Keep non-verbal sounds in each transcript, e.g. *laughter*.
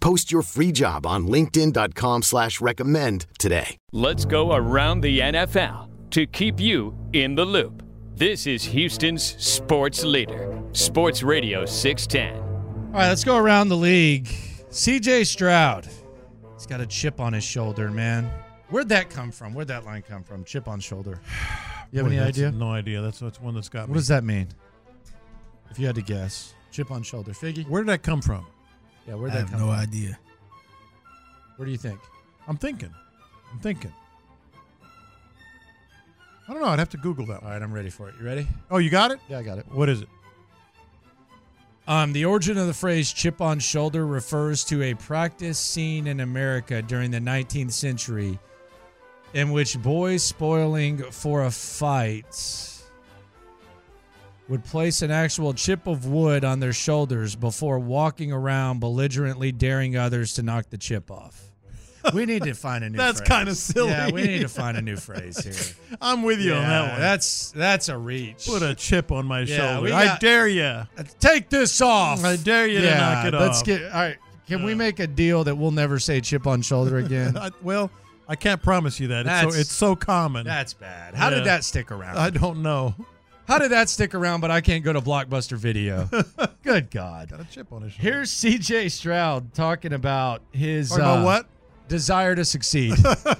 Post your free job on linkedin.com slash recommend today. Let's go around the NFL to keep you in the loop. This is Houston's sports leader, Sports Radio 610. All right, let's go around the league. CJ Stroud. He's got a chip on his shoulder, man. Where'd that come from? Where'd that line come from? Chip on shoulder. You have Boy, any that's- idea? No idea. That's that's one that's got What me. does that mean? If you had to guess, chip on shoulder. Figgy? Where did that come from? Yeah, where'd I that have come no from? idea. What do you think? I'm thinking. I'm thinking. I don't know. I'd have to Google that. All One. right, I'm ready for it. You ready? Oh, you got it? Yeah, I got it. What is it? Um, the origin of the phrase chip on shoulder refers to a practice seen in America during the 19th century in which boys spoiling for a fight would place an actual chip of wood on their shoulders before walking around belligerently daring others to knock the chip off. *laughs* We need to find a new That's phrase. kinda silly. Yeah, we need to find a new phrase *laughs* here. I'm with you on Yeah, that one. That's that's a reach. Put a chip on my Yeah, shoulder. we I got- dare you. Uh, Take this off. I dare you to knock it let's off. get all right. Can we make a deal that we'll never say chip on *laughs* shoulder again? I, well, I can't promise you that. It's so, That's- it's so common. That's bad. How Yeah. did that stick around? I don't know. How did that stick around? But I can't go to Blockbuster Video. *laughs* Good God. Got a chip on his shoulder. Here's C.J. Stroud talking about his Talking about uh, what? desire *laughs* to succeed. Uh,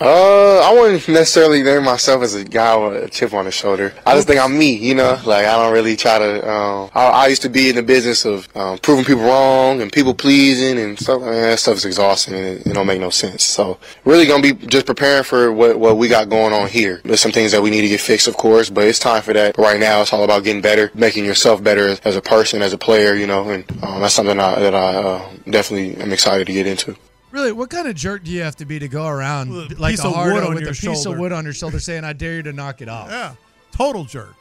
I wouldn't necessarily name myself as a guy with a chip on his shoulder. I just think I'm me, you know. Like I don't really try to. Um, I, I used to be in the business of um, proving people wrong and people pleasing and stuff. Man, that stuff is exhausting and it, it don't make no sense. So really gonna be just preparing for what what we got going on here. There's some things that we need to get fixed, of course, but it's time for that. But right now, it's all about getting better, making yourself better as, as a person, as a player, you know. And um, that's something I, that I uh, definitely am excited to get into. really, what kind of jerk do you have to be to go around With a like piece a of hard wood on with a your piece of shoulder. wood on your shoulder saying, I dare you to knock it off? Yeah. Total jerk.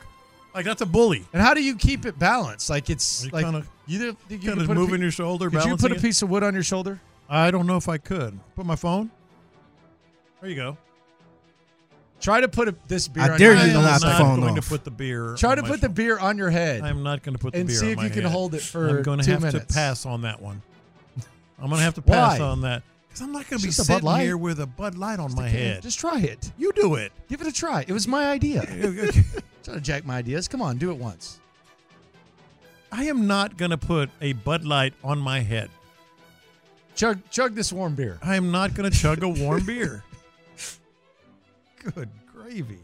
Like that's a bully. And how do you keep it balanced? Like it's You like kinda- you, either- you can kinda put a moving pi- your shoulder, Could you put balancing a it? piece of wood on your shoulder? I don't know if I could. Put my phone. There you go. Try to put a, this beer. I on dare your you head. to am knock the not phone going off. to put the beer. Try on to my put the shoulder. beer on your head. I'm not going to put the and beer see on if my you can head. hold it for I'm gonna two have minutes. to pass on that one. I'm going to have to pass Why? on that because I'm not going It's to be just a Bud sitting Light. here with a Bud Light on my head. Just try it. you do *laughs* it. Give it a try. It was my idea. *laughs* Try to jack my ideas. Come on, do it once. I am not going to put a Bud Light on my head. Chug, chug this warm beer. I am not going to chug a warm *laughs* beer. *laughs* Good gravy.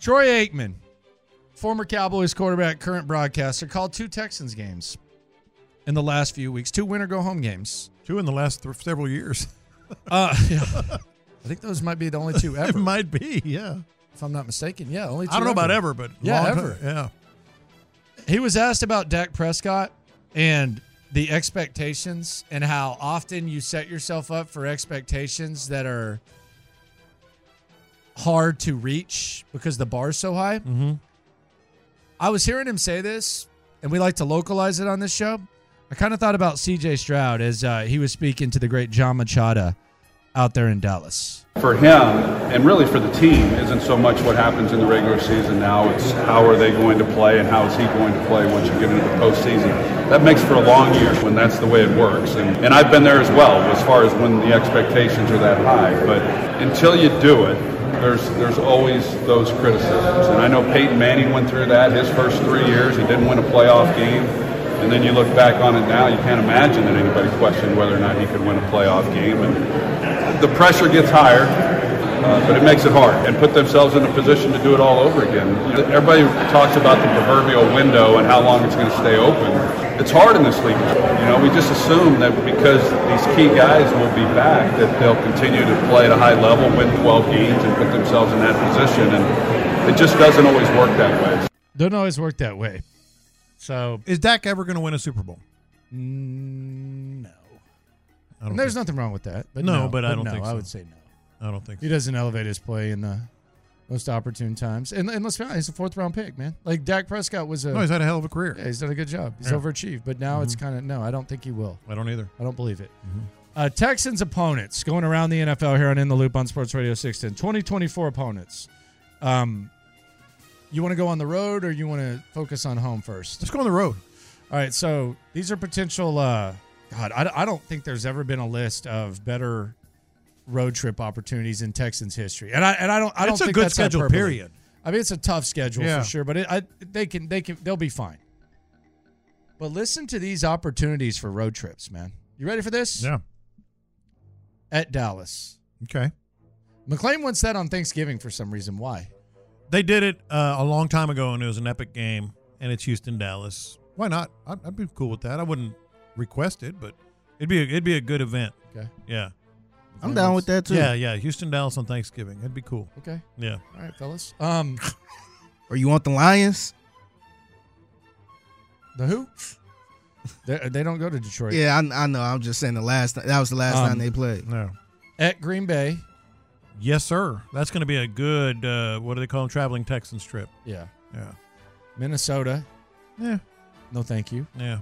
Troy Aikman, former Cowboys quarterback, current broadcaster, called two Texans games in the last few weeks. Two win or go home games. Two in the last th- several years. Uh, I think those might be the *laughs* only two It ever, might be, yeah. if I'm not mistaken. Yeah, only two. I don't know about ever, but Yeah, long ever. time- yeah. He was asked about Dak Prescott and the expectations and how often you set yourself up for expectations that are hard to reach because the bar's so high. Mm-hmm. I was hearing him say this, and we like to localize it on this show. I kind of thought about CJ Stroud as uh, he was speaking to the great John Machada out there in Dallas. for him and really for the team isn't so much what happens in the regular season now it's how are they going to play and how is he going to play once you get into the postseason that makes for a long year when that's the way it works and, and i've been there as well as far as when the expectations are that high but until you do it there's there's always those criticisms and i know peyton manning went through that his first three years he didn't win a playoff game and then you look back on it now, you can't imagine that anybody questioned whether or not he could win a playoff game. And the pressure gets higher. Uh, but it makes it hard and put themselves in a position to do it all over again. You know, everybody talks about the proverbial window and how long it's going to stay open. It's hard in this league. You know, we just assume that because these key guys will be back, that they'll continue to play at a high level, win 12 games, and put themselves in that position. And it just doesn't always work that way. Don't always work that way. So Is Dak ever going to win a Super Bowl? mm, no, I and there's think- nothing wrong with that. But No, no, but I don't no, think I so. would say no. I don't think. He So. doesn't elevate his play in the most opportune times. And, and let's be honest, he's a fourth round pick, man. Like Dak Prescott was a. No, he's had a hell of a career. yeah, he's done a good job. He's Yeah. Mm-hmm. overachieved, but now it's kind of no. I don't think he will. I don't either. I don't believe it. Mm-hmm. Uh, Texans opponents going around the NFL here on In the Loop on Sports Radio 610. 2024 opponents. Um, you want to go on the road or you want to focus on home first? Let's go on the road. All right, so these are potential. Uh, God, I, I don't think there's ever been a list of better road trip opportunities in Texans history, and I and I don't I don't It's a think good that's schedule, hyperbole. period. I mean, it's a tough schedule Yeah. for sure, but it, I, they can they can they'll be fine. But listen to these opportunities for road trips, man. You ready for this? Yeah. At Dallas, Okay. McLean wants that on Thanksgiving for some reason. Why? They did it uh, a long time ago, and it was an epic game. And it's Houston, Dallas. Why not? I'd, I'd be cool with that. I wouldn't request it, but it'd be a, it'd be a good event. Okay. Yeah. I'm down with that too. Yeah. Yeah. Houston, Dallas on Thanksgiving. That'd be cool. Okay. Yeah. All right, fellas. Um, Or you want the Lions? *laughs* the who? they, they don't go to Detroit. Yeah, I, I know. I'm just saying the last. That was the last Um, time they played. No. At Green Bay. Yes, sir. That's going to be a good. Uh, what do they call them? Traveling Texans trip. Yeah. Yeah. Minnesota. Yeah. No, thank you. Yeah.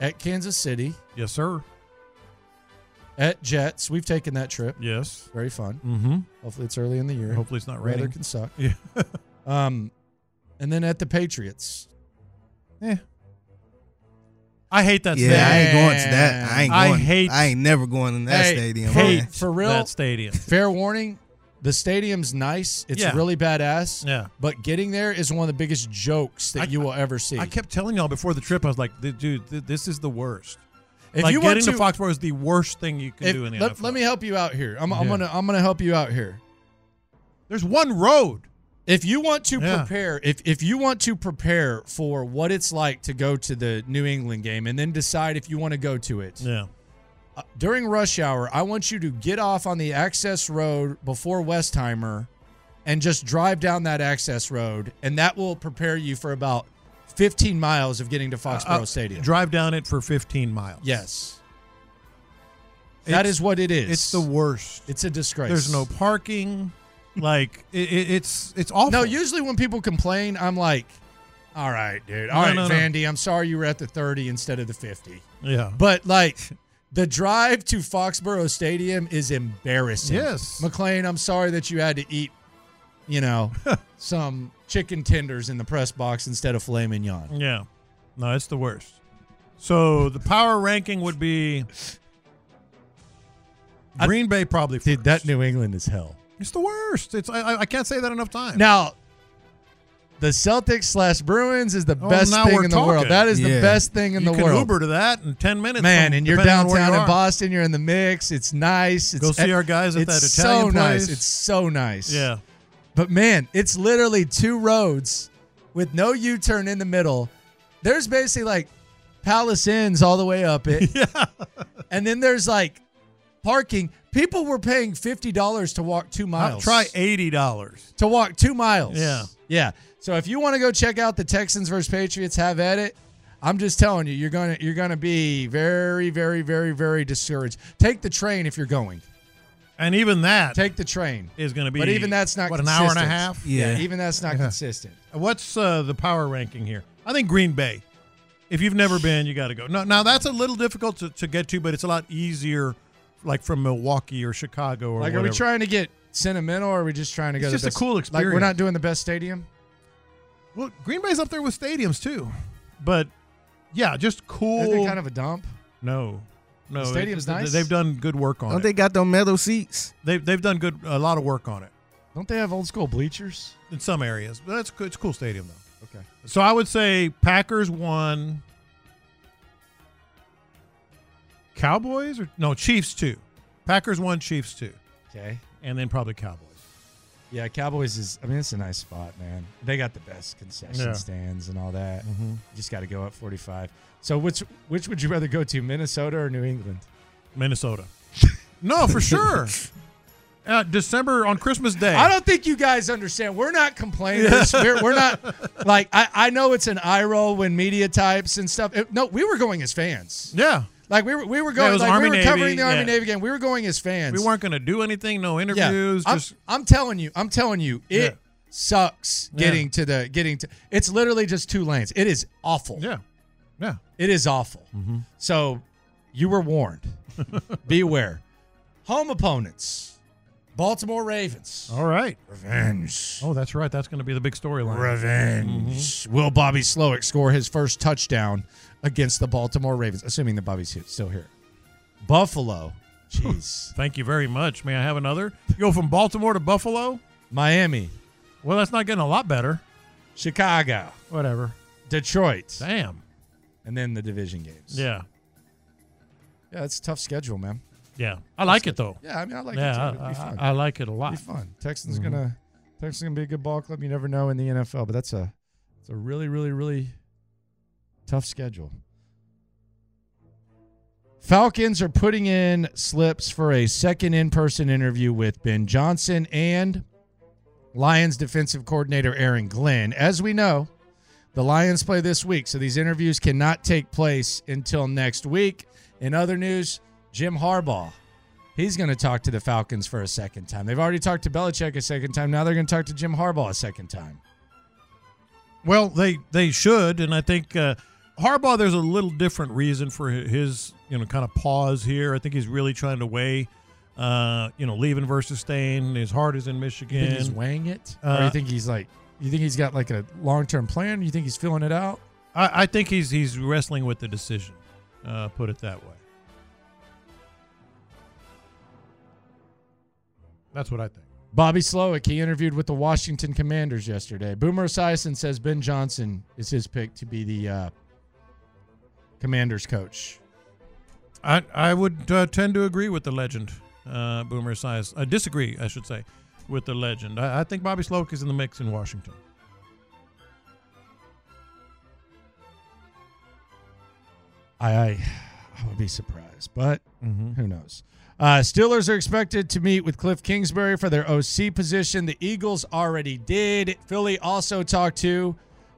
At Kansas City. Yes, sir. At Jets. We've taken that trip. Yes. Very fun. Mm-hmm. Hopefully it's early in the year. Hopefully it's not Weather raining. can suck. Yeah. *laughs* Um, and then at the Patriots. yeah. I hate that. yeah, stadium. I ain't going to that. I ain't I going. hate- I ain't never going in that Hey, stadium. hate- man. For real? That *laughs* stadium. Fair warning, the stadium's nice. It's Yeah. really badass. Yeah. But getting there is one of the biggest jokes that I- you will ever see. I kept telling y'all before the trip, I was like, "Dude, dude, th- this is the worst." if like you want getting to, to Foxborough is the worst thing you can if- do in the let, NFL. let me help you out here. I'm, I'm Yeah. gonna I'm gonna help you out here. There's one road. If you want to Yeah. prepare, if if you want to prepare for what it's like to go to the New England game and then decide if you want to go to it. Yeah. uh, during rush hour, I want you to get off on the access road before Westheimer and just drive down that access road, and that will prepare you for about 15 miles of getting to Foxborough Uh, Stadium. Drive down it for 15 miles. yes. that It's- is what it is. It's the worst. It's a disgrace. There's no parking. *laughs* like it, it, it's it's awful. No, usually when people complain, I'm like, all right, dude. All No, right, no, no. Vandy, I'm sorry you were at the 30 instead of the 50. Yeah. But like the drive to Foxborough Stadium is embarrassing. Yes. McLean, I'm sorry that you had to eat, you know, *laughs* some chicken tenders in the press box instead of filet mignon. Yeah. No, it's the worst. So the power ranking would be I- Green Bay probably. First. Dude, that New England is hell. It's the worst. It's I, I- I can't say that enough times. Now, the Celtics slash Bruins is the Oh, best now thing we're in the world. talking. That is the Yeah. best thing in you the can world. Uber to that in 10 minutes, Man, from- and you're depending on where downtown you in are. Boston. You're in the mix. It's nice. It's e- Go see our guys at it's that so Italian nice. place. It's so nice. Yeah. But man, it's literally two roads with no U turn in the middle. There's basically like Palace Inns all the way up *laughs* it. Yeah. and then there's like parking. People were paying $50 to walk two I'll miles. try eighty dollars. To walk two miles. Yeah. Yeah. So if you want to go check out the Texans versus Patriots, have at it. I'm just telling you, you're gonna you're gonna be very, very, very, very discouraged. Take the train if you're going. And even that Take the train. is going to be. But even that's not what an hour consistent. and a half. Yeah. even that's not consistent. What's uh, the power ranking here? I think Green Bay. If you've never been, you got to go. Now, now that's a little difficult to, to get to, but it's a lot easier, like from Milwaukee or Chicago or Like, are whatever. we trying to get sentimental, or are we just trying to It's go? to just the a best- cool Like, we're not experience. doing the best stadium. Well, Green Bay's up there with stadiums too, but yeah, just cool. Isn't it kind of a dump? no, no. The stadium's they- nice? They've done good work on Don't it. they got those metal seats? They, they've done good a lot of work on it Don't they have old school bleachers? in some areas, but that's it's a cool stadium though. Okay. So I would say Packers one, Cowboys or no Chiefs two, Packers one, Chiefs two, Okay. and then probably Cowboys. Yeah, Cowboys is. I mean, it's a nice spot, man. They got the best concession Yeah. Mm-hmm. stands and all that. You just got to go up 45. So, which which would you rather go to, Minnesota or New England? *laughs* Minnesota. no, for sure. Uh, December on Christmas Day. I don't think you guys understand. We're not complainers. We're, *laughs* we're not like I, I know it's an eye roll when media types and stuff. It- no, we were going as fans. yeah. Like we were we were Yeah, it going was like Army, we were covering Navy, the Army yeah. Navy game. We were going as fans. We weren't going to do anything, no Yeah. interviews. I'm, just I'm telling you, I'm telling you, it Yeah. sucks Yeah. getting to the getting to. It's literally just two lanes. It is awful. Yeah. Yeah. It is awful. Mm-hmm. So you *laughs* were warned. Beware. Home opponents. Baltimore Ravens. All right. Revenge. Oh, that's right. That's going to be the big storyline. Revenge. Mm-hmm. Will Bobby Slowick score his first touchdown against the Baltimore Ravens? Assuming that Bobby's here, still here. Buffalo. *laughs* Jeez. Thank you very much. May I have another? You go from Baltimore to Buffalo? Miami. Well, that's not getting a lot better. Chicago. Whatever. Detroit. Damn. And then the division games. Yeah. Yeah, it's a tough schedule, man. Yeah. I like it, though. Yeah, I mean, I like yeah. it. Too. It'd be I, fun. I- I like it a lot. be fun. Texans gonna Texans gonna be a good ball club. You never know in the NFL, but that's a it's a really really really tough schedule. Falcons are putting in slips for a second in-person interview with Ben Johnson and Lions defensive coordinator Aaron Glenn. As we know, the Lions play this week, so these interviews cannot take place until next week. In other news, Jim Harbaugh He's going to talk to the Falcons for a second time. They've already talked to Belichick a second time. Now they're going to talk to Jim Harbaugh a second time. Well, they they should, and I think uh, Harbaugh. There's a little different reason for hi- his you know kind of pause here. I think he's really trying to weigh, uh, you know, leaving versus staying. His heart is in You think he's Michigan. weighing it, or Uh, you think he's like, you think he's got like a long-term plan? You think he's feeling it out? I, I think he's he's wrestling with the decision. Uh, put it that way. That's what I think. Bobby Slowick, he interviewed with the Washington Commanders yesterday. Boomer Esiason says Ben Johnson is his pick to be the uh, Commanders coach. I I would uh, tend to agree with the legend, uh, Boomer Esiason. I disagree, I should say, with the legend. I, I think Bobby Sloak is in the mix in Washington. I, I, I would be surprised, but Mm-hmm. Who knows? Uh, Steelers are expected to meet with Cliff Kingsbury for their OC position. The Eagles already did. Philly also talked to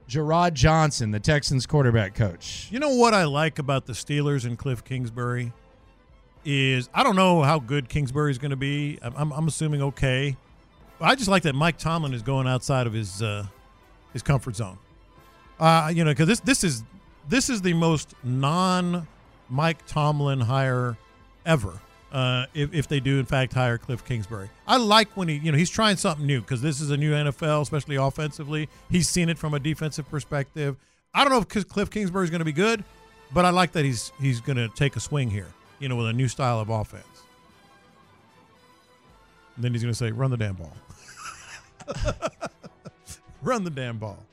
Gerard Johnson, the Texans quarterback coach. You know what I like about the Steelers and Cliff Kingsbury is I don't know how good Kingsbury is going to be. I'm, I'm, I'm assuming okay. I just like that Mike Tomlin is going outside of his uh, his comfort zone. Uh, you know, because this this is this is the most non Mike Tomlin hire ever. Uh, if, if they do in fact hire Cliff Kingsbury, I like when he you know he's trying something new because this is a new NFL, especially offensively. He's seen it from a defensive perspective. I don't know if Cliff- Cliff Kingsbury is going to be good, but I like that he's he's going to take a swing here. You know, with a new style of offense. And then he's going to say, "Run the damn ball." *laughs* Run the damn ball.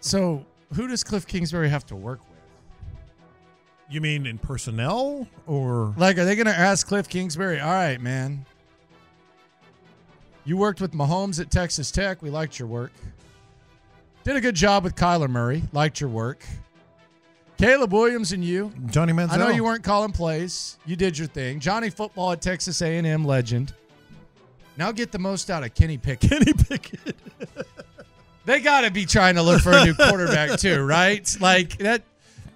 So, who does Cliff Kingsbury have to work with? You mean in personnel or Like, are they going to ask Cliff Kingsbury, all right, man, you worked with Mahomes at Texas Tech. We liked your work. Did a good job with Kyler Murray. Liked your work. Caleb Williams and you. Johnny Manziel? I know you weren't calling plays. You did your thing. Johnny Football at Texas A&M legend. Now get the most out of Kenny *laughs* Pickett. Kenny Pickett. *laughs* They got to be trying to look for a new quarterback too, right? Like that.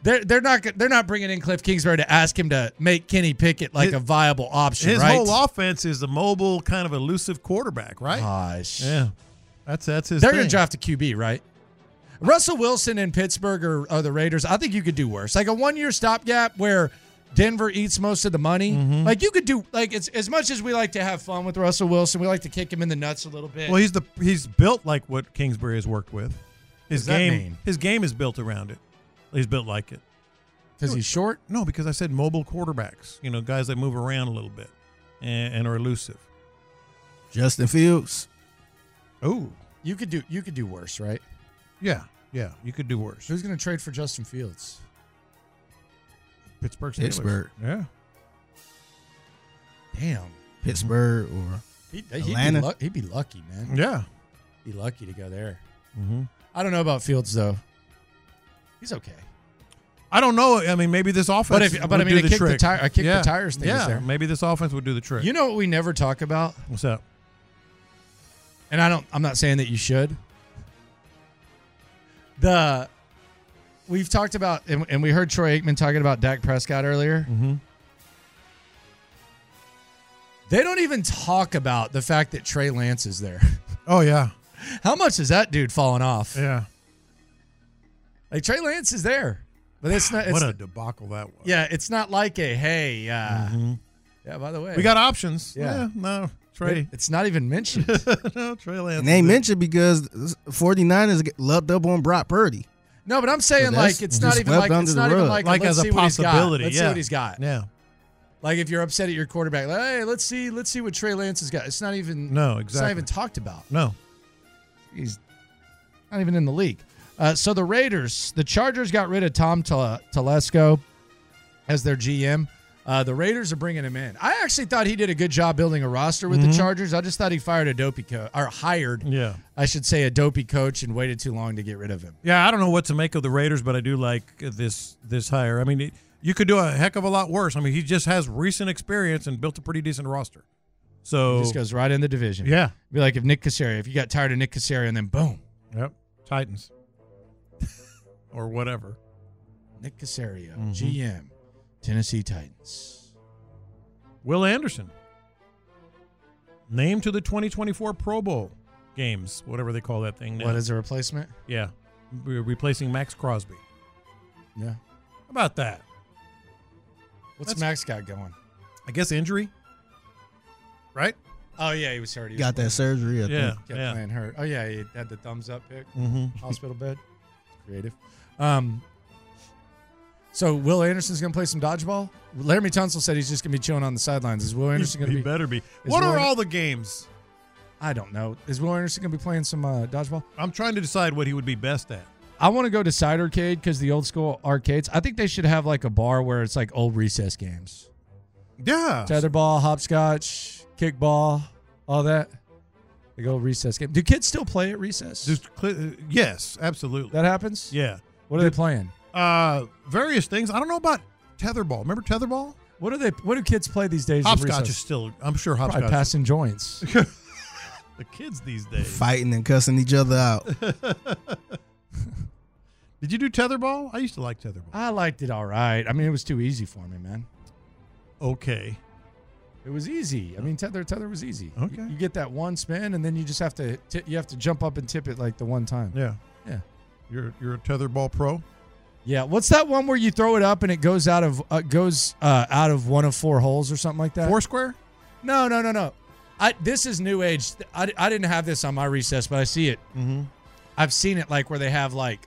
They're, they're not they're not bringing in Cliff Kingsbury to ask him to make Kenny Pickett like His- a viable option, His right? whole offense is a mobile, kind of elusive quarterback, right? Gosh, yeah, that's that's his. they're going to thing. draft a QB, right? Russell Wilson in Pittsburgh or, or the Raiders. I think you could do worse. Like a one year stopgap where Denver eats most of the money. Like you could do like it's as much as we like to have fun with Russell Wilson, we like to kick him in the nuts a little bit. Well, he's the he's built like what Kingsbury has worked with. His does that game, mean? his game is built around it. He's built like it. because he's short. No, because I said mobile quarterbacks. You know, guys that move around a little bit and, and are elusive. Justin Fields. Oh, You could do you could do worse, right? yeah, yeah. You could do worse. Who's going to trade for Justin Fields? Pittsburgh. Steelers. Pittsburgh. Yeah. Damn. Pittsburgh or Mm-hmm. He, would be Atlanta. lu- he'd be lucky, man. Yeah. Be lucky to go there. hmm I don't know about Fields though. He's okay. I don't know. I mean, maybe this offense. But if- but I would do mean, I the kicked the trick. tire- I kicked the yeah. tires thing is Yeah, there. maybe this offense would do the trick. You know what we never talk about, What's up? and I don't. I'm not saying that you should. The we've talked about, and, and we heard Troy Aikman talking about Dak Prescott earlier. Mm-hmm. They don't even talk about the fact that Trey Lance is there. *laughs* Oh yeah, How much is that dude falling off? yeah. Like Trey Lance is there, but it's not. *sighs* It's, what a debacle that was. yeah, it's not like a hey. Uh, Mhm. Yeah, by the way, We got options. Yeah. Yeah. no, Trey. *laughs* It's not even mentioned. no, Trey Lance. And they is it. mentioned because 49ers get loved up on Brock Purdy. No, but I'm So saying like that's it's just not even swept like it's under the not even rug. like, Like let's as a see what he's got. possibility, Let's see yeah. what he's got. Yeah. Like if you're upset at your quarterback, like hey, let's see, let's see what Trey Lance has got. It's not even No, It's not exactly. even talked about. No. He's not even in the league. Uh, so the Raiders, the Chargers got rid of Tom Tel- Telesco as their GM. Uh, the Raiders are bringing him in. I actually thought he did a good job building a roster with the Chargers. I just thought he fired a dopey coach or hired, Mm-hmm. Yeah. I should say, a dopey coach and waited too long to get rid of him. Yeah, I don't know what to make of the Raiders, but I do like this this hire. I mean, it, you could do a heck of a lot worse. I mean, he just has recent experience and built a pretty decent roster. So He just goes right in the division. yeah, Be like if Nick Casario, if you got tired of Nick Casario and then boom, yep, Titans or whatever. Nick Casario, Mhm. GM, Tennessee Titans. Will Anderson named to the 2024 Pro Bowl games, whatever they call that thing. Now. What is a replacement? Yeah, we're replacing Max Crosby. Yeah. How about that? What's That's- Max got going? I guess injury, right? Oh yeah, he was hurt. He was Got that surgery. I yeah, think. Kept yeah. playing hurt. Oh yeah, he had the thumbs up pick. Mm-hmm. Hospital bed. Creative. Um. So Will Anderson's gonna play some dodgeball. Laramie Tunsil said he's just gonna be chilling on the sidelines. Is Will Anderson He, gonna be? better be. What Will- are all the games? I don't know. Is Will Anderson gonna be playing some uh, dodgeball? I'm trying to decide what he would be best at. I want to go to Side Arcade because the old school arcades. I think they should have like a bar where it's like old recess games, Yeah. tetherball, hopscotch, kickball, all that. Like old recess game. Do kids still play at recess? Just cl- uh, yes, absolutely. that happens. yeah. What are they playing? Uh, various things. I don't know about tetherball. Remember tetherball? What are they? What do kids play these days? at Hopscotch recess? is still. I'm sure Probably hopscotch. *laughs* passing joints. the kids these days. Fighting and cussing each other out. *laughs* Did you do tetherball? I used to like tetherball. I liked it all right. I mean, it was too easy for me, man. Okay. It was easy. I mean, tether tether was easy. Okay. You, you get that one spin, and then you just have to ti- you have to jump up and tip it like the one time. Yeah. Yeah. You're you're a tetherball pro. Yeah, what's that one where you throw it up and it goes out of uh, goes uh, out of one of four holes or something like that? Foursquare. No, no, no, no. I this is new age. I, I didn't have this on my recess, but I see it. Mm-hmm. I've seen it like where they have like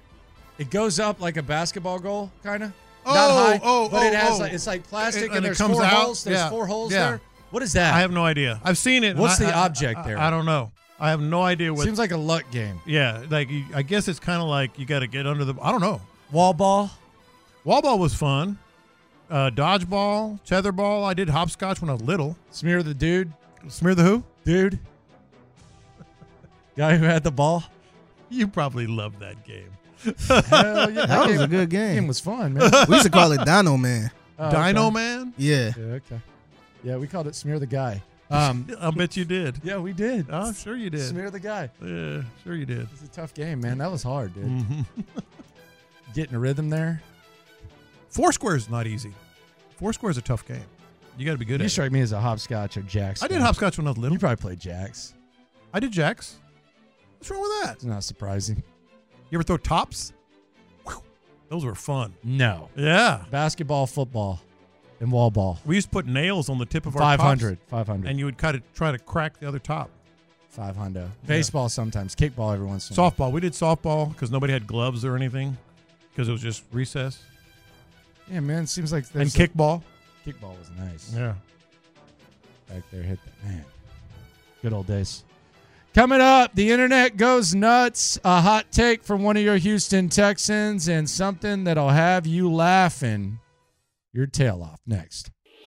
it goes up like a basketball goal kind of. Oh, Not high, oh, but it oh, has oh. like it's like plastic And and, it there's comes four out? holes. There's Yeah. four holes Yeah. there. What is that? I have no idea. I've seen it. and What's I- the I- I- object there? I, I don't know. I have no idea what. Seems like a luck game. yeah, like you, I guess it's kind of like you got to get under the. I don't know. Wall ball. Wall ball was fun. Uh, dodgeball, tetherball. I did hopscotch when I was little. Smear the dude. Smear the who? Dude. *laughs* Guy who had the ball. You probably love that game. Hell yeah. That was a game- good game game. was fun, man. We used to call it Dino Man. Oh, Dino okay. Man? Yeah. Yeah, okay. Yeah, we called it smear the guy. Um, I bet you *laughs* did. yeah, we did. Oh, sure you did. Smear the guy. Yeah, sure you did. It's a tough game, man. That was hard, dude. Mhm. *laughs* Getting a rhythm there. Foursquare is not easy. Foursquare is a tough game. You got to be good You at strike me as a hopscotch or jacks. it. I did guy. hopscotch when I was little. You probably played jacks. I did jacks. What's wrong with that? It's not surprising. You ever throw tops? Whew. Those were fun. No. Yeah. Basketball, football, and wall ball. We used to put nails on the tip of our Five tops, hundred. Five hundred. and you would kind of try to crack the other top. Five hundo. Baseball sometimes. Kickball every once in a while. Softball. We did softball because nobody had gloves or anything because it was just recess. Yeah, man. It seems like And there's a- kickball. kickball was nice. Yeah. Back there, hit that man. Good old days. Coming up, the internet goes nuts. A hot take from one of your Houston Texans, and something that'll have you laughing your tail off. Next.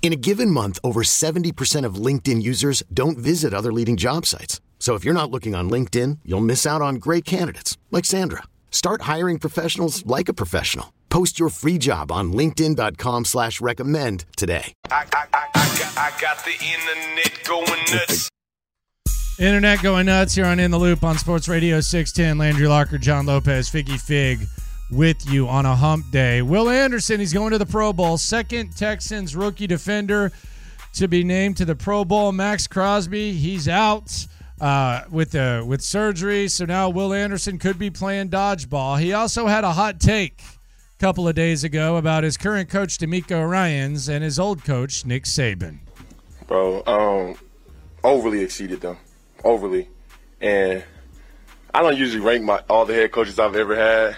In a given month, over 70% of LinkedIn users don't visit other leading job sites. So if you're not looking on LinkedIn, you'll miss out on great candidates like Sandra. Start hiring professionals like a professional. Post your free job on linkedin.com slash recommend today. I, I, I, I, got, I got the internet going nuts. Internet going nuts here on In the Loop on Sports Radio 610. Landry Locker, John Lopez, Figgy Fig with you on a hump day. Will Anderson, he's going to the Pro Bowl. Second Texans rookie defender to be named to the Pro Bowl. Max Crosby, he's out uh, with the with surgery, so now Will Anderson could be playing dodgeball. He also had a hot take a couple of days ago about his current coach D'Amico Ryan's and his old coach Nick Saban. Bro, um, overly exceeded them, overly, and I don't usually rank my all the head coaches I've ever had.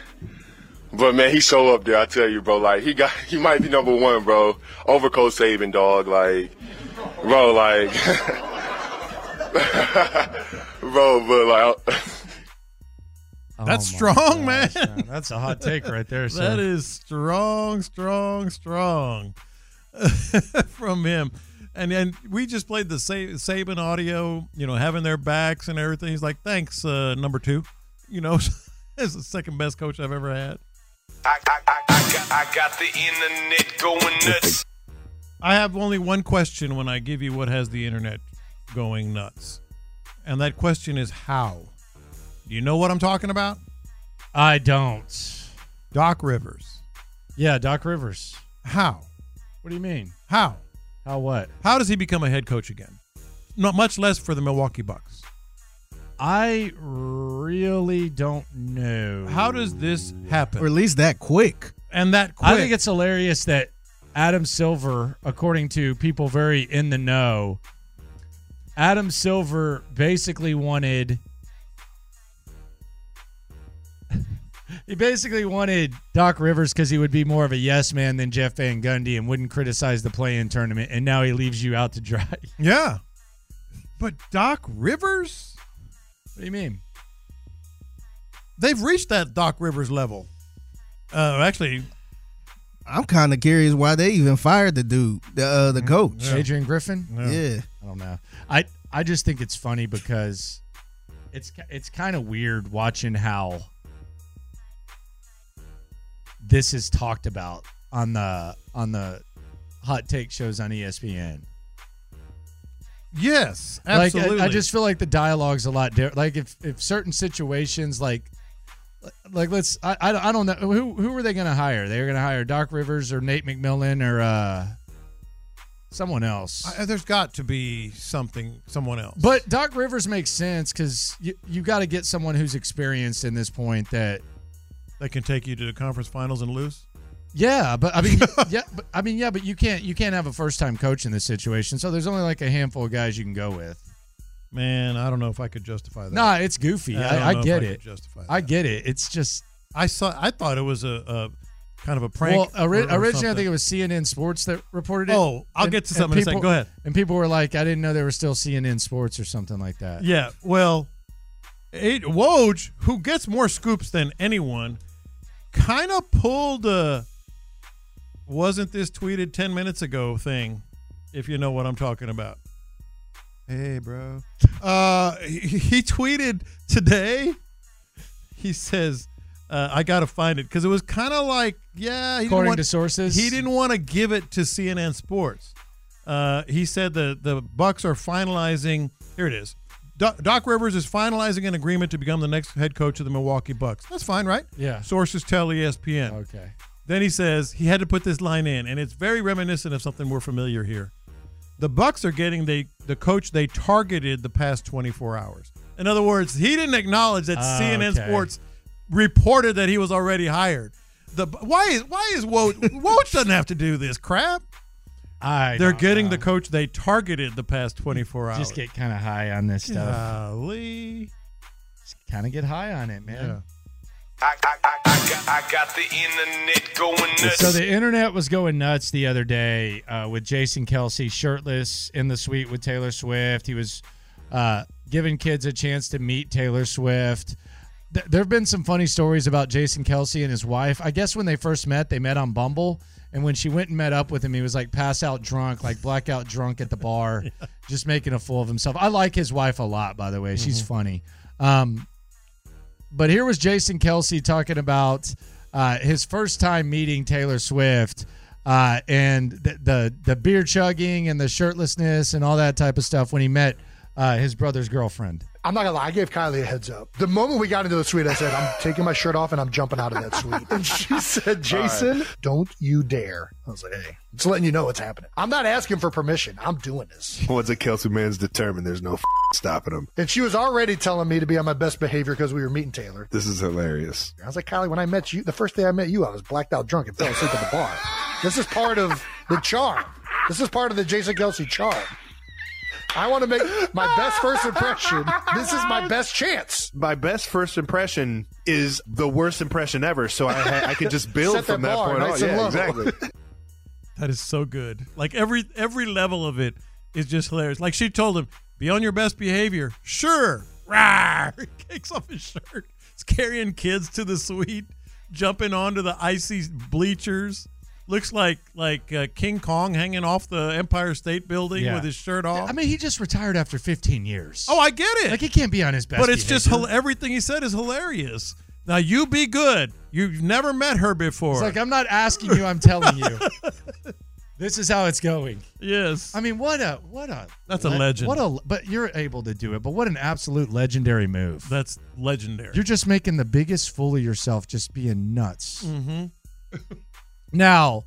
But man, he so up there, I tell you, bro. Like he got, *laughs* he might be number one, bro. Over Coach Saban, dog. Like, bro, like, *laughs* bro, but like, That's strong, Oh gosh, man. That's a hot take right there. *laughs* That son. is strong, strong, strong *laughs* from him. And and we just played the Sa- Saban audio, you know, having their backs and everything. He's like, thanks, uh, number two. You know, *laughs* as the second best coach I've ever had. I, I, I, I, got, I got the internet going nuts. I have only one question when I give you what has the internet going nuts. And that question is how? Do you know what I'm talking about? I don't. Doc Rivers. Yeah, Doc Rivers. How? What do you mean? How? How what? How does he become a head coach again? Not much less for the Milwaukee Bucks. I really don't know. How does this happen? Or at least that quick. and that quick. I think it's hilarious that Adam Silver, according to people very in the know, Adam Silver basically wanted. *laughs* He basically wanted Doc Rivers because he would be more of a yes man than Jeff Van Gundy and wouldn't criticize the play in tournament. And now he leaves you out to dry. *laughs* what yeah. But Doc Rivers, do you mean? they've reached that Doc Rivers level. Uh, actually, I'm kind of curious why they even fired the dude, the uh, the coach. Yeah. Adrian Griffin? I don't know. I I just think it's funny because it's ki- it's kind of weird watching how this is talked about on the on the hot take shows on E ESPN. yes, Like absolutely. I, I just feel like the dialogue's a lot different. Like if if certain situations like like let's I, I don't- I don't know who who are they going to hire? They're going to hire Doc Rivers or Nate McMillan or uh someone else. I- there's got to be something, someone else. But Doc Rivers makes sense because you, you got to get someone who's experienced in this point. That they can take you to the conference finals and lose. yeah, but I mean *laughs* yeah, but I mean yeah, but you can't you can't have a first time coach in this situation. So there's only like a handful of guys you can go with. Man, I don't know if I could justify that. Nah, it's goofy. I don't I, I, know if get I could it. justify I that. get it. It's just I saw. I thought it was a, a kind of a prank. Well, or- ori- or originally I something. think it was CNN Sports that reported it. Oh, I'll get to something in a second. Go people- ahead. And people were like, "I didn't know they were still CNN Sports or something like that." Yeah, well, it, Woj, who gets more scoops than anyone, kind of pulled a wasn't this tweeted 10 minutes ago thing, if you know what I'm talking about. Hey, bro. Uh, he, he tweeted today, he says, uh, I got to find it because it was kind of like, yeah. He didn't According want- to sources? He didn't want to give it to CNN Sports. Uh, he said the the Bucks are finalizing. Here it is. Doc, Doc Rivers is finalizing an agreement to become the next head coach of the Milwaukee Bucks. That's fine, right? Yeah. Sources tell E ESPN. Okay. Then he says he had to put this line in, and it's very reminiscent of something we're familiar here. The Bucks are getting the the coach they targeted the past 24 hours. In other words, he didn't acknowledge that Ah, CNN okay. Sports reported that he was already hired. The why is why is *laughs* Woj Woj doesn't have to do this crap. I They're don't getting the coach they targeted the past 24 hours. just get kind of high on this stuff. Golly. Just kind of get high on it, man. I, I, I, I, got, I got the internet going nuts. So the internet was going nuts the other day uh, with Jason Kelsey shirtless in the suite with Taylor Swift. He was uh, giving kids a chance to meet Taylor Swift. Th- there have been some funny stories about Jason Kelsey and his wife. I guess when they first met, they met on Bumble. And when she went and met up with him, he was like pass out drunk, like blackout drunk at the bar, just making a fool of himself. I like his wife a lot, by the way. She's Mhm. funny. Um, but here was Jason Kelsey talking about uh, his first time meeting Taylor Swift uh, and the, the the beer chugging and the shirtlessness and all that type of stuff when he met uh, his brother's girlfriend. I'm not gonna lie, I gave Kylie a heads up. The moment we got into the suite, I said, I'm taking my shirt off and I'm jumping out of that suite. And she said, Jason, don't you dare. I was like, hey, just letting you know what's happening. I'm not asking for permission. I'm doing this. Once a Kelsey man's determined, there's no f- stopping him. And she was already telling me to be on my best behavior because we were meeting Taylor. This is hilarious. I was like, Kylie, when I met you, the first day I met you, I was blacked out drunk and fell asleep at the bar. This is part of the charm. This is part of the Jason Kelsey charm. I want to make my best first impression. This is my best chance. My best first impression is the worst impression ever, so I ha- I could just build *laughs* Set from that that bar point nice on. and Yeah, low. exactly. That is so good. Like every every level of it is just hilarious. Like she told him, "Be on your best behavior." Sure. Rawr! *laughs* He Takes off his shirt. He's carrying kids to the suite, jumping onto the icy bleachers. Looks like like uh, King Kong hanging off the Empire State Building Yeah. with his shirt off. I mean, he just retired after 15 years. Oh, I get it. Like he can't be on his best. But it's just behavior. hila- everything he said is hilarious. Now you be good. You've never met her before. It's like I'm not asking you, I'm telling you. *laughs* this is how it's going. Yes. I mean, what a what a That's a le- legend. What a but you're able to do it. But what an absolute legendary move. That's legendary. You're just making the biggest fool of yourself, just being nuts. Mm-hmm. *laughs* Now,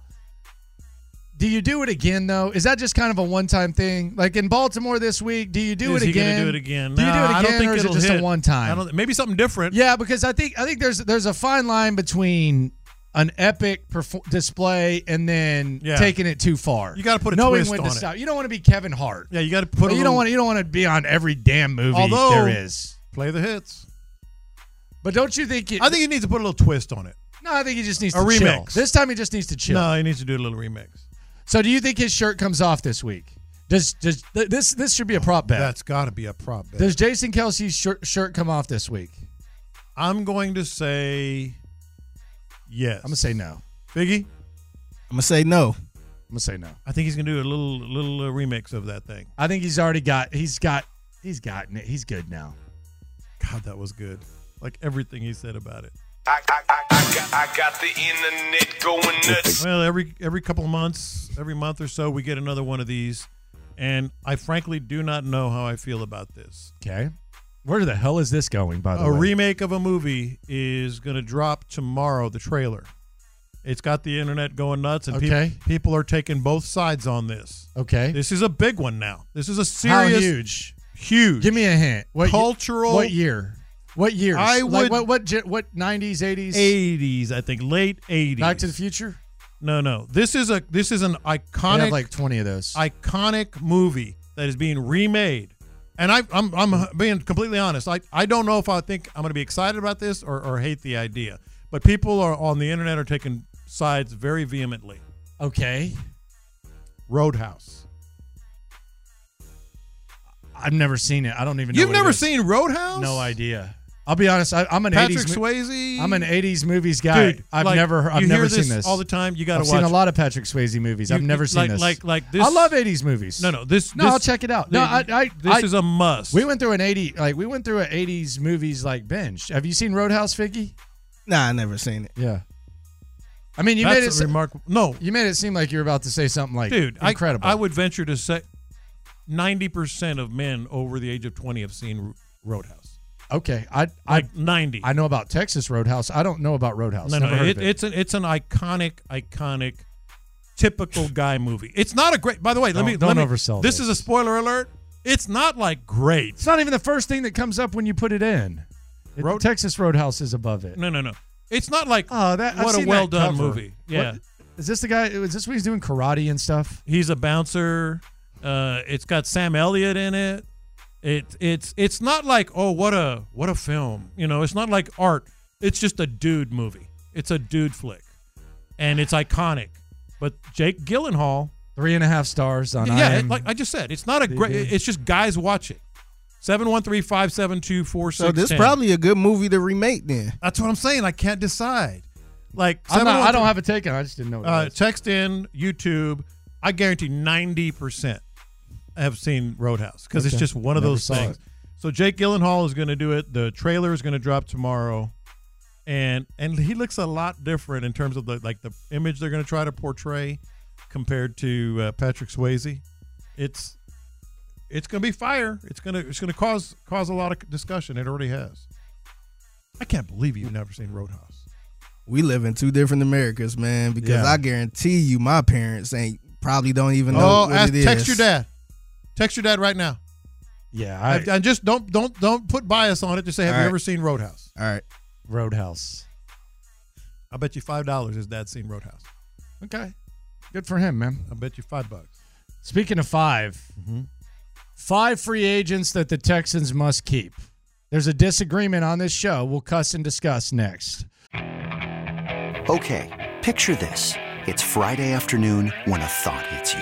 do you do it again though? Is that just kind of a one-time thing? Like in Baltimore this week, do you do Is it he again? gonna do it again? Do you do Nah, it again, I don't think or is it it'll just hit. a one-time? I don't- maybe something different. Yeah, because I think I think there's there's a fine line between an epic perfor- display and then Yeah. taking it too far. You gotta put a knowing twist when on to it. stop. You don't want to be Kevin Hart. Yeah, you got to put. you don't want you don't want to be on every damn movie Although there is. play the hits. But don't you think? It, I think he needs to put a little twist on it. No, I think he just needs A to chill. remix. This time he just needs to chill. No, he needs to do a little remix. So do you think his shirt comes off this week? Does does th- this this should be a prop bet? That's got to be a prop bet. Does Jason Kelsey's shirt, shirt come off this week? I'm going to say yes. I'm gonna say no. Biggie, I'm gonna say no. I'm gonna say no. I think he's gonna do a little little uh, remix of that thing. I think he's already got he's got he's gotten it. He's good now. God, that was good. Like everything he said about it. I, I, I, I, got, I got the internet going nuts. Well, every every couple of months, every month or so, we get another one of these, and I frankly do not know how I feel about this. Okay. Where the hell is this going? By the a way, remake of a movie is going to drop tomorrow. The trailer. It's got the internet going nuts, and peop- Okay. people are taking both sides on this. Okay. This is a big one now. This is a How serious, huge? huge. Give me a hint. What y- cultural? What year? What years? I Like, would- what what ge- what nineties eighties? Eighties, I think, late eighties. Back to the Future. No, no. This is a this is an iconic. They have like twenty of those. iconic movie that is being remade. And I, I'm, I'm being completely honest. I, I don't know if I think I'm going to be excited about this or, or hate the idea. But people are on the internet are taking sides very vehemently. Okay. Roadhouse. I've never seen it. I don't even. know You've what it never is. seen Roadhouse? No idea. I'll be honest. I, I'm an Patrick 80s. mo- Swayze? I'm an 80s movies guy. Dude, I've like, never. I've you never hear seen this this all the time. You gotta I've watch seen a it. lot of Patrick Swayze movies. I've You- never like- seen this. like- like this- I love 80s movies. No, no, this- No, this- I'll check it out. No, the- I, I. this I- is a must. We went through an 80 like we went through an 80s movies like binge. Have you seen Roadhouse, Vicky? Nah, I never seen it. Yeah. I mean, you That's made it a se- remarkable. No, you made it seem like you were about to say something like, Dude, I- incredible." I, would venture to say 90% of men over the age of 20 have seen Ro- Roadhouse. okay, I, I Like 90. I know about Texas Roadhouse. I don't know about Roadhouse. No, Never no, heard it, of it. it's an it's an iconic, iconic, typical guy movie. It's not a great. By the way, let Don't- me don't let me- oversell This this. is a spoiler alert. It's not like great. It's not even the first thing that comes up when you put it in. It- Road- Texas Roadhouse is above it. No, no, no. It's not like oh that I've what a seen well that done cover. movie. Yeah, What- Is this the guy? Is this when he's doing karate and stuff? he's a bouncer. Uh, it's got Sam Elliott in it. It it's it's not like oh what a what a film. You know, it's not like art. It's just a dude movie. It's a dude flick, and it's iconic. But Jake Gyllenhaal Three and a half stars on yeah, IM- it, like I just said, it's not a They great. did. It's just guys watch it. Seven one three five seven two four six. So this probably a good movie to remake then. That's what I'm saying. I can't decide. Like I'm not, I 713 don't have a take on. it. I just didn't know. What Uh, it was. text in YouTube. I guarantee ninety percent have seen Roadhouse because it's Okay. just one of Never those saw things. it. So Jake Gyllenhaal is going to do it. The trailer is going to drop tomorrow, and and he looks a lot different in terms of the like the image they're going to try to portray compared to uh, Patrick Swayze. It's it's going to be fire. It's going to it's going to cause cause a lot of discussion. It already has. I can't believe you've never seen Roadhouse. We live in two different Americas, man. Because Yeah. I guarantee you, my parents ain't probably don't even know Oh, what ask, it is. text your dad. Text your dad right now. yeah, I, I, and just don't don't don't put bias on it. Just say, have All you right. ever seen Roadhouse? All right, Roadhouse. I bet you five dollars his dad's seen Roadhouse. Okay, good for him, man. I bet you five bucks. Speaking of 5 Mm-hmm. five free agents that the Texans must keep. There's a disagreement on this show. We'll cuss and discuss next. Okay, picture this. It's Friday afternoon when a thought hits you.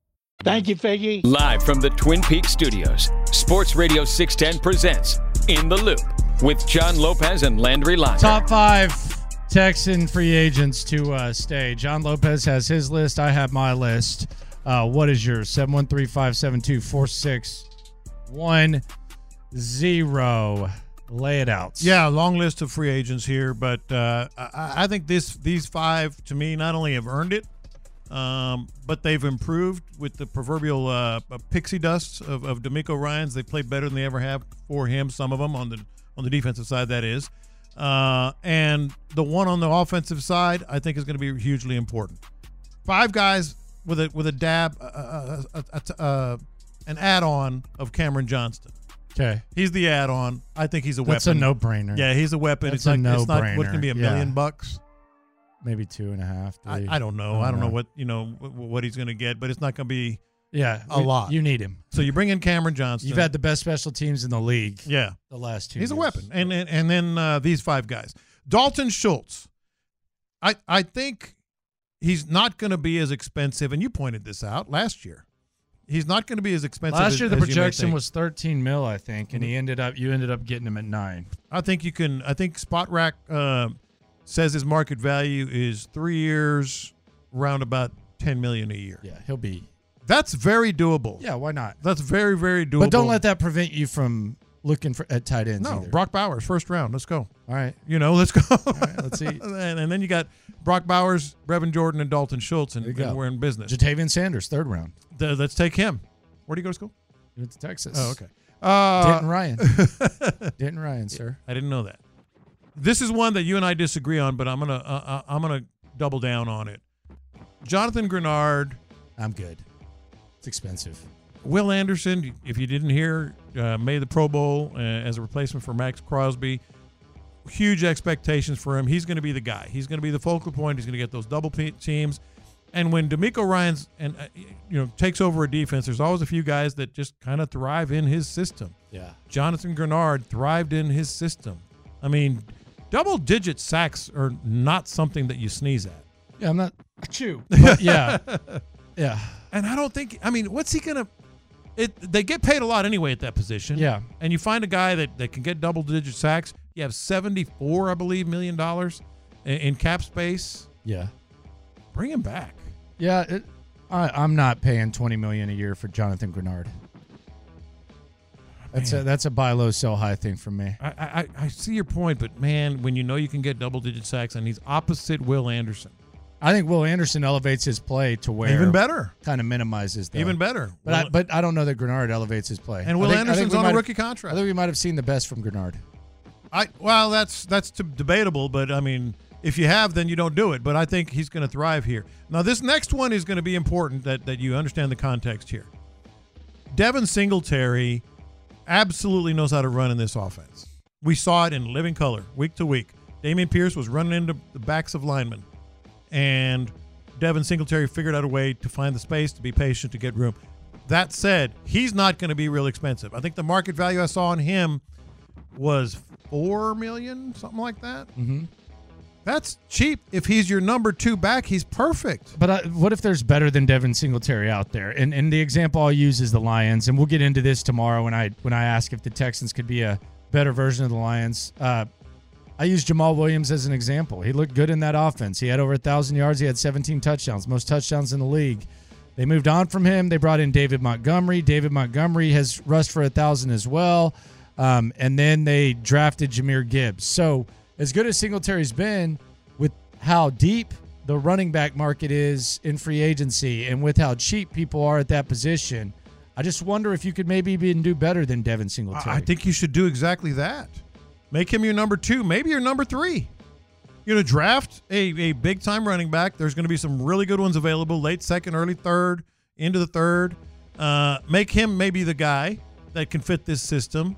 Thank you, Figgy. Live from the Twin Peaks studios, Sports Radio 610 presents In the Loop with John Lopez and Landry Locker. Top five Texan free agents to uh, stay. John Lopez has his list. I have my list. Uh, what is yours? 713 572 4610. Lay it out. Yeah, a long list of free agents here, but uh, I, I think this these five to me not only have earned it, Um, but they've improved with the proverbial uh, pixie dust of, of D'Amico Ryan's. They played better than they ever have for him. Some of them on the on the defensive side, that is. Uh, and the one on the offensive side, I think, is going to be hugely important. Five guys with a with a dab, uh, uh, uh, uh, uh, an add on of Cameron Johnston. Okay. He's the add-on. I think he's a That's weapon. a no-brainer. Yeah, he's a weapon. That's it's like a it's not what's no-brainer. gonna be a Yeah. million bucks. Maybe two and a half. I, three. I don't know. I don't, know. Uh-huh. what you know what, what he's gonna get, but it's not gonna be Yeah, a you- lot. you need him. So you bring in Cameron Johnston. You've had the best special teams in the league. yeah The last two. He's a years. weapon, and and, and then uh, these five guys. Dalton Schultz. I I think he's not going to be as expensive, and you pointed this out last year. He's not going to be as expensive. Last as- year the as you may projection think. Mm-hmm. was 13 mil, I think, and he ended up. You ended up getting him at nine. I think you can. I think Spot Rack uh, says his market value is three years, round about ten million a year. Yeah, he'll be. That's very doable. Yeah, why not? That's very very doable. But don't let that prevent you from looking for at tight ends. No, either. Brock Bowers, first round. Let's go. All right. You know, let's go. let's *laughs* see. and, and then you got Brock Bowers, Brevin Jordan, and Dalton Schultz, and, There you go. and we're in business. Jatavian Sanders, third round. Th- let's take him. Where do you go to school? He went to Texas. Oh, okay. Uh, *laughs* Denton Ryan. Denton Ryan, sir. I didn't know that. This is one that you and I disagree on, but I'm gonna uh, uh, I'm gonna double down on it. Jonathan Grenard. I'm good. It's expensive. Will Anderson, if you didn't hear, uh, made the Pro Bowl uh, as a replacement for Max Crosby. Huge expectations for him. He's going to be the guy. He's going to be the focal point. He's going to get those double pe- teams. And when D'Amico Ryan's and uh, you know takes over a defense, there's always a few guys that just kind of thrive in his system. Yeah. Jonathan Grenard thrived in his system. I mean, double-digit sacks are not something that you sneeze at. Yeah, *laughs* I'm not. Chew. But yeah. yeah. And I don't think. I mean, what's he gonna? It they get paid a lot anyway at that position. Yeah. And you find a guy that that can get double digit sacks. You have seventy four, I believe, million dollars in, in cap space. Yeah. Bring him back. Yeah. It, I, I'm not paying 20 million a year for Jonathan Grenard. That's a, Man. that's a buy low, sell high thing for me. I, I I- I see your point, but man, when you know you can get double digit sacks, and he's opposite Will Anderson. I think Will Anderson elevates his play to where Even better. kind of minimizes that. Even better. But I, Will- but I don't know that Grenard elevates his play. And Will I think- I think Anderson's we on a might have- rookie contract. I think we might have seen the best from Grenard. I well, that's that's t- debatable, but I mean, if you have, then you don't do it. But I think he's going to thrive here. Now, this next one is going to be important that that you understand the context here. Devin Singletary absolutely knows how to run in this offense. We saw it in living color week to week. Damian Pierce was running into the backs of linemen, and Devin Singletary figured out a way to find the space, to be patient, to get room. That said, he's not going to be real expensive. I think the market value I saw on him was four million, something like that. Mm-hmm. That's cheap. If he's your number two back, he's perfect. But I, what if there's better than Devin Singletary out there? And and the example I'll use is the Lions, and we'll get into this tomorrow when I when I ask if the Texans could be a better version of the Lions. Uh, I use Jamal Williams as an example. He looked good in that offense. He had over thousand yards. He had 17 touchdowns, most touchdowns in the league. They moved on from him. They brought in David Montgomery. David Montgomery has rushed for a thousand as well. Um, and then they drafted Jameer Gibbs. So as good as Singletary's been, with how deep the running back market is in free agency and with how cheap people are at that position, I just wonder if you could maybe even do better than Devin Singletary. I think you should do exactly that. Make him your number two, maybe your number three. You know, draft a, a big time running back. There's going to be some really good ones available late second, early third, into the third. Uh, make him maybe the guy that can fit this system.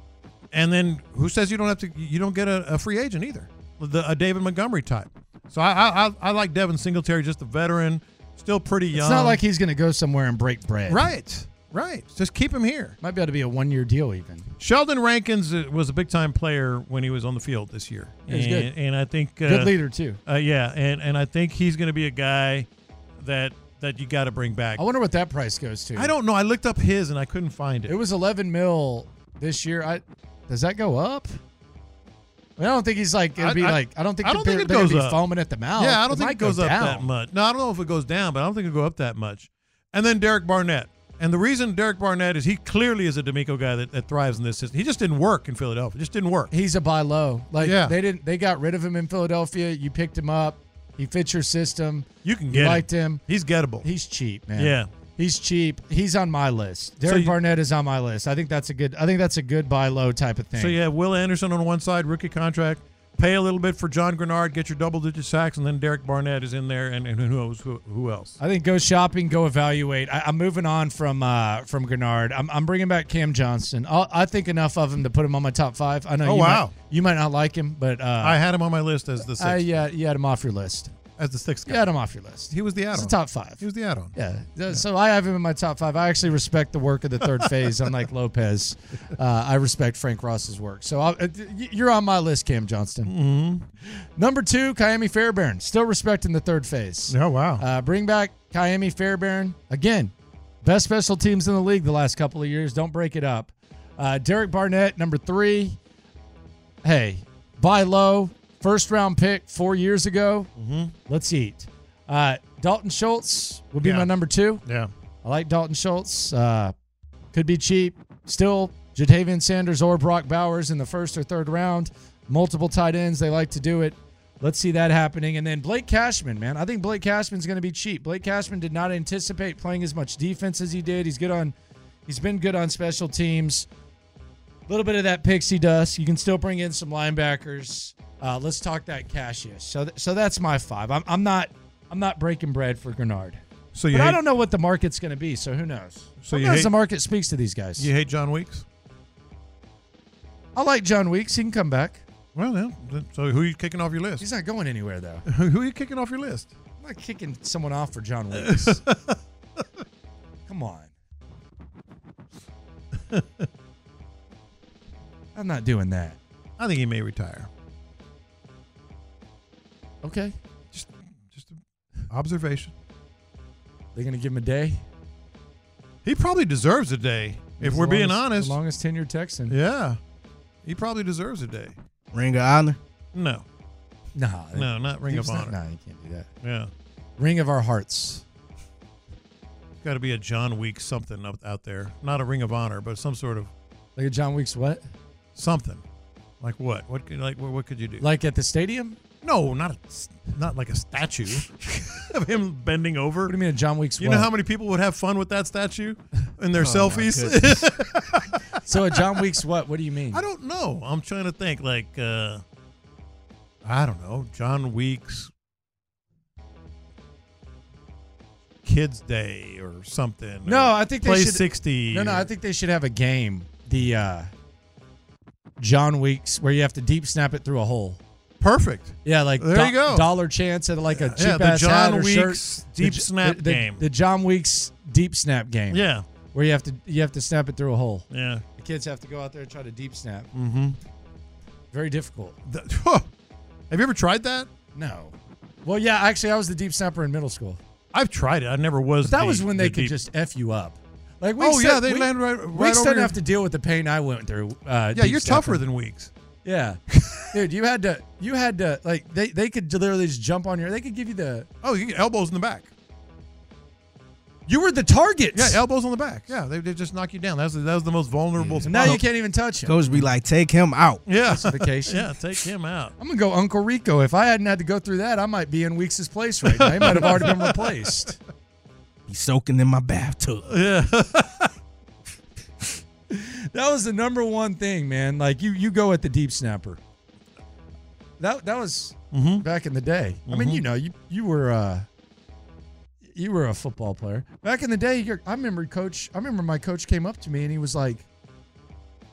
And then who says you don't have to? You don't get a, a free agent either, the, a David Montgomery type. So I, I I- I like Devin Singletary, just a veteran, still pretty young. it's not like he's going to go somewhere and break bread. Right, right. Just keep him here. Might be able to be a one year deal, even. Sheldon Rankins uh, was a big time player when he was on the field this year. He was and, good. and I think uh, Good leader, too. Uh, yeah, and and I think he's going to be a guy that that you got to bring back. I wonder what that price goes to. I don't know. I looked up his and I couldn't find it. It was 11 mil this year. I does that go up? I, mean, I don't think he's like it'd I- be I- like I don't think I don't they're- think it they're gonna goes be up. foaming at the mouth. Yeah, I don't It think might it goes go up that down. much. No, I don't know if it goes down, but I don't think it go up that much. And then Derek Barnett. And the reason Derek Barnett is he clearly is a D'Amico guy that, that thrives in this system. He just didn't work in Philadelphia. Just didn't work. He's a buy low. Like Yeah. they didn't they got rid of him in Philadelphia. You picked him up. He fits your system. You can you get liked him. He's gettable. He's cheap, man. Yeah. He's cheap. He's on my list. So Derek you- Barnett is on my list. I think that's a good. I think that's a good buy low type of thing. So you have Will Anderson on one side, rookie contract. Pay a little bit for John Grenard, get your double digit sacks, and then Derek Barnett is in there, and, and who knows who, who else. I think go shopping, go evaluate. I, I'm moving on from uh, from Gennard. I'm, I'm bringing back Cam Johnson. I'll, I think enough of him to put him on my top five. I know. Oh, you wow. Might, you might not like him, but uh, I had him on my list as the sixth. I, yeah, you had him off your list. As the sixth guy. You had him off your list. He was the add-on. It's the top five. He Oh. was the add-on. Yeah. Th- So I have him in my top five. I actually respect the work of the third phase, unlike Lopez. Uh, I respect Frank Ross's work. So I'll, uh, y- you're on my list, Cam Johnston. Mm-hmm. Number two, Kiami Fairbairn. Still respecting the third phase. Oh, wow. Uh, bring back Kiami Fairbairn. Again, best special teams in the league the last couple of years. Don't break it up. Uh, Derek Barnett, number three hey, buy low, first round pick four years ago. Mm-hmm. Let's eat. Uh, Dalton Schultz would be Yeah. my number two. Yeah. I like Dalton Schultz. Uh, could be cheap. Still, Jadavian Sanders or Brock Bowers in the first or third round. Multiple tight ends. They like to do it. Let's see that happening. And then Blake Cashman, man. I think Blake Cashman's going to be cheap. Blake Cashman did not anticipate playing as much defense as he did. He's good on, he's been good on special teams. A little bit of that pixie dust. You can still bring in some linebackers. Uh, let's talk that Cassius. So, th- so that's my five. I'm, I'm not, I'm not breaking bread for Grenard. So you but I hate- don't know what the market's going to be. So who knows? So you Sometimes hate- the market speaks to these guys. You hate John Weeks? I like John Weeks. He can come back. Well, yeah. Then- So who are you kicking off your list? *laughs* He's not going anywhere though. who are you kicking off your list? I'm not kicking someone off for *laughs* John Weeks. Come on. *laughs* I'm not doing that. I think he may retire. Okay. Just, just observation. They're gonna give him a day. He probably deserves a day. if He's we're the being longest- honest, the longest tenured Texan. yeah, he probably deserves a day. Ring of Honor. No, Nah. no, not Ring of He's not- Honor. Nah, you can't do that. Yeah, Ring of our hearts. got to be a John Weeks something up out there. Not a Ring of Honor, but some sort of Like a John Weeks what? something. Like what? What could like what, what could you do? Like at the stadium? no, not a, not like a statue *laughs* of him bending over. What do you mean a John Weeks? You know what? how many people would have fun with that statue in their *laughs* Oh, my selfies? goodness. *laughs* so a John Weeks what? What do you mean? *laughs* I don't know. I'm trying to think. Like, uh, I don't know. John Weeks, Kids Day or something. No, or I think Play they should, 60. No, no, or- I think they should have a game. The uh, John Weeks where you have to deep snap it through a hole. Perfect. Yeah, like There do- you go. dollar chance at like a cheap yeah, the ass hat John or Weeks shirt. deep The- snap the- the- game. The John Weeks deep snap game. Yeah. where you have to you have to snap it through a hole. Yeah. The kids have to go out there and try to deep snap. Mm-hmm. Very difficult. *laughs* have you ever tried that? No. Well, yeah, actually, I was the deep snapper in middle school. I've tried it. I never was. But that the- was when the they could deep- just f you up. Like Oh, Weeks yeah, said- they We- land right- right Weeks over didn't your- have to deal with the pain I went through. Uh, Yeah, deep you're tougher snapping. than Weeks. *laughs* Yeah, dude, you had to, you had to, like they, they could literally just jump on your, they could give you the. Oh, you get elbows in the back. You were the target. *laughs* Yeah, elbows on the back. Yeah, they, they just knock you down. That's that was the most vulnerable. And spot. now you can't even touch him. *laughs* Coach be like, take him out. *laughs* Yeah. Justification. yeah, take him out. I'm gonna go Uncle Rico. If I hadn't had to go through that, I might be in Weeks' place right now. He might have already been replaced. Be soaking in my bathtub. Yeah. That was the number one thing, man. Like you, you go at the deep snapper. That that was Mm-hmm. back in the day. I mean, Mhm. you know, you you were uh, you were a football player back in the day. You're, I remember coach. I remember my coach came up to me and he was like,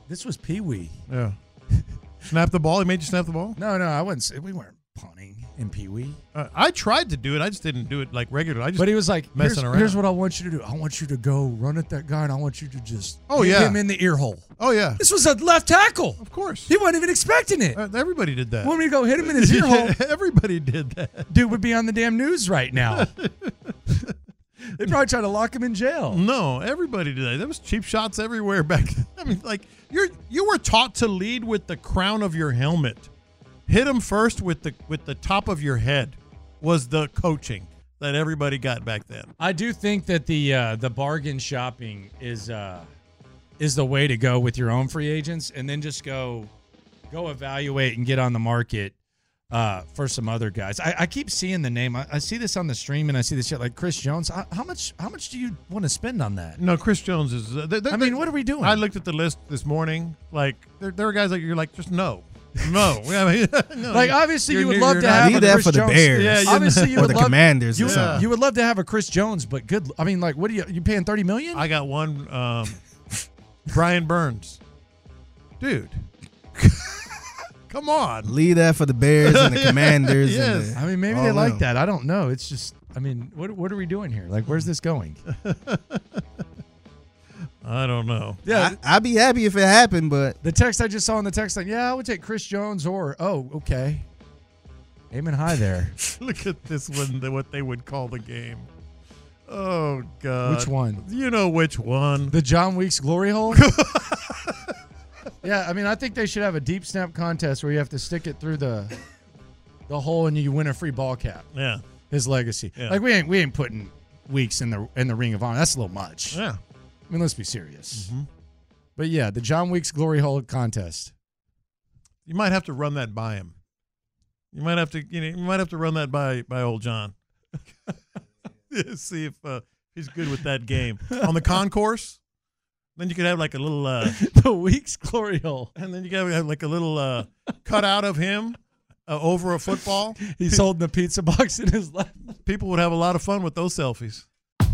"This was Pee Wee." Yeah. *laughs* snap the ball. He made you snap the ball. No, no, I wouldn't say we weren't punting in Pee Wee. Uh, I tried to do it. I just didn't do it like regularly. I just But he was like, messing here's, around. here's what I want you to do. I want you to go run at that guy, and I want you to just Oh, hit yeah. him in the ear hole. oh yeah, This was a left tackle. of course. He wasn't even expecting it. Uh, everybody did that. Want me to go hit him in his *laughs* ear hole? everybody did that. Dude would be on the damn news right now. they probably try to lock him in jail. No, everybody did that. There was cheap shots everywhere *laughs* back. Then. I mean, like you're you were taught to lead with the crown of your helmet. Hit him first with the with the top of your head was the coaching that everybody got back then. I do think that the uh, the bargain shopping is uh, is the way to go with your own free agents, and then just go go evaluate and get on the market uh, for some other guys. I, I keep seeing the name. I, I see this on the stream and I see this shit like Chris Jones. How, how much? How much do you want to spend on that? No, Chris Jones is. Uh, I mean, what are we doing? I looked at the list this morning. Like there, there are guys like you're like just *laughs* no, no. I mean, *laughs* no, like you're- obviously you're you would near- love you're to not. have a that Chris for the Jones. Bears. *laughs* Yeah, Yeah, obviously you or would the love, Commanders or You, would- something. you would love to have a Chris Jones, but good. I mean, like, what do you? You paying thirty million? I got one. Um, Brian Burns, dude. *laughs* Come on. Leave that for the Bears and *laughs* the Commanders. and the- I mean, maybe all they like them. that. I don't know. It's just, I mean, what what are we doing here? Like, where's this going? I don't know. Yeah. I, would be happy if it happened, but The text I just saw in the text line. Yeah, I would take Chris Jones or oh, okay. Aiming *laughs* high there. *laughs* Look at this one, the- what they would call the game. Oh, God. Uh, Which one? You know which one. The John Weeks *laughs* glory hole? yeah, I mean, I think they should have a deep snap contest where you have to stick it through the the hole and you win a free ball cap. Yeah. His legacy. Yeah. Like we ain't we ain't putting Weeks in the in the ring of honor. That's a little much. Yeah. I mean, let's be serious. But yeah, the John Weeks glory hole contest. You might have to run that by him. You might have to, you know, you might have to run that by by old John. *laughs* See if uh, he's good with that game on the concourse. Then you could have like a little uh, *laughs* the week's glory hole, and then you could have like a little uh, cutout of him uh, over a football. He's holding the pizza box in his lap. People would have a lot of fun with those selfies.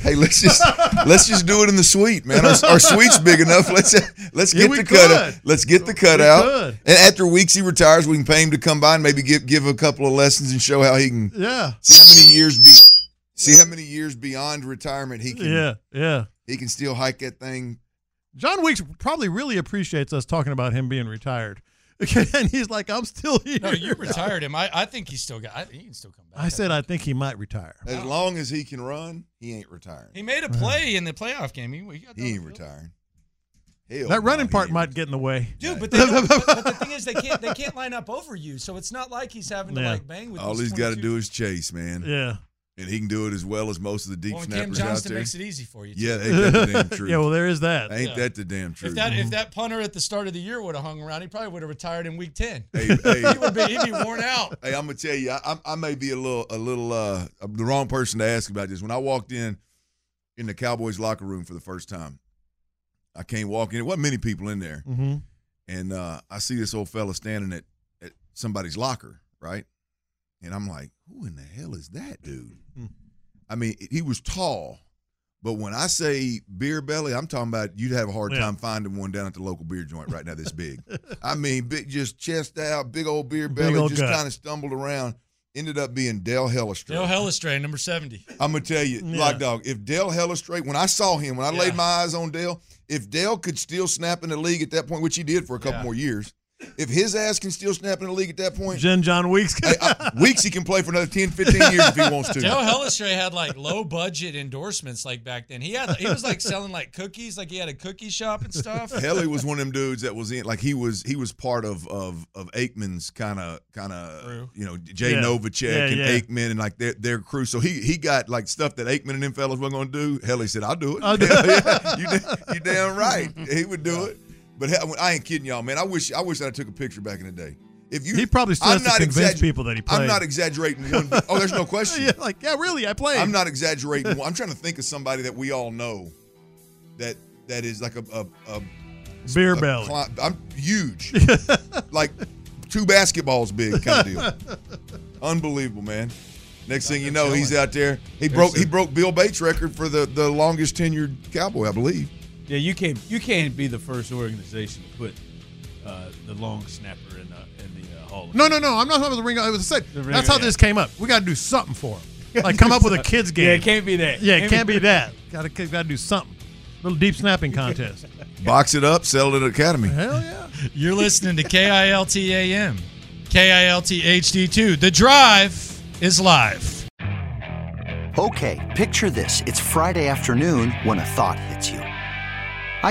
Hey, let's just let's just do it in the suite, man. Our, our suite's big enough. Let's let's Yeah, get we the cut out. could. Let's get the cut We out. could. And after weeks he retires, we can pay him to come by and maybe give give a couple of lessons and show how he can Yeah. see how many years be see how many years beyond retirement he can Yeah, yeah. he can still hike that thing. John Weeks probably really appreciates us talking about him being retired. *laughs* and he's like, I'm still here. No, you retired him. I, I think he's still got. I, he can still come back. I said I think he might retire. As long as he can run, he ain't retiring. He made a play in the playoff game. He, he got He ain't retiring. Hell That running oh, no, he part ain't. might get in the way. Dude, but, they don't, but, but the thing is, they can't they can't line up over you, so it's not like he's having to Yeah. like bang with. All these he's got to 22 do is chase, man. Yeah. And he can do it as well as most of the deep Well, and snappers Cam out Johnston there. makes it easy for you, too. Yeah, ain't that the damn truth? *laughs* Yeah, well, there is that. Ain't Yeah. that the damn truth? If that if that punter at the start of the year would have hung around, he probably would have retired in week ten. Hey, hey. *laughs* he would be, he'd be worn *laughs* out. Hey, I'm gonna tell you, I, I'm- I may be a little, a little, uh, I'm the wrong person to ask about this. When I walked in, in the Cowboys locker room for the first time, I can't walk in. There wasn't many people in there, Mhm. and uh, I see this old fella standing at at somebody's locker, right? And I'm like, who in the hell is that dude? Hmm. I mean, he was tall, but when I say beer belly, I'm talking about you'd have a hard Yeah. time finding one down at the local beer joint right now this big. I mean, big, just chest out, big old beer belly, old just gut. kind of stumbled around. Ended up being Dale Hellestray. Dale Hellestray, number *laughs* seventy. I'm gonna tell you, Yeah. like dog, if Dale Hellestray, when I saw him, when I laid Yeah. my eyes on Dale, if Dale could still snap in the league at that point, which he did for a couple Yeah. more years, if his ass can still snap in the league at that point, Jen John Weeks. hey, uh, I- *laughs* Weeks he can play for another 10, 15 years if he *laughs* wants to. Dale Hellestray had like low budget endorsements like back then. He had he was like selling like cookies, like he had a cookie shop and stuff. Helly was one of them dudes that was in like he was he was part of of of Aikman's kind of kind of you know Jay *laughs* Yeah. Novacek Yeah, and *laughs* yeah. Aikman and like their their crew. So he he got like stuff that Aikman and them fellas were gonna do. Helly said, "I'll do it." I'll do it. Hell yeah. *laughs* you, da- you damn right. *laughs* He would do it. But hell, I ain't kidding y'all, man. I wish I wish that I took a picture back in the day. If you, He probably still I'm has to not convince exagger- people that he played. I'm not exaggerating. *laughs* One bit. Oh, there's no question. yeah, like, yeah, really, I played. I'm not exaggerating. I'm trying to think of somebody that we all know that that is like a, a, a Beer a belly. cli- I'm *laughs* huge, like two basketballs big kind of *laughs* deal. Unbelievable, man. Next thing you know, he's out there. He broke he broke Bill Bates' record for the the longest tenured Cowboy, I believe. Yeah, you can't you can't be the first organization to put uh, the long snapper in the in the uh, hall. of No, Fame. no, no. I'm not talking about the ring. It was said. The ring, That's how yeah. this came up. We got to do something for *laughs* him. Like, come up with a kids game. Yeah, it can't be that. Yeah, it Can't can't be- be that. Got to, got to do something. Little deep *laughs* snapping contest. Box it up, sell it at Academy. Hell yeah. You're listening to KILTAM, KILTHD2. The drive is live. Okay, picture this. It's Friday afternoon when a thought hits you. I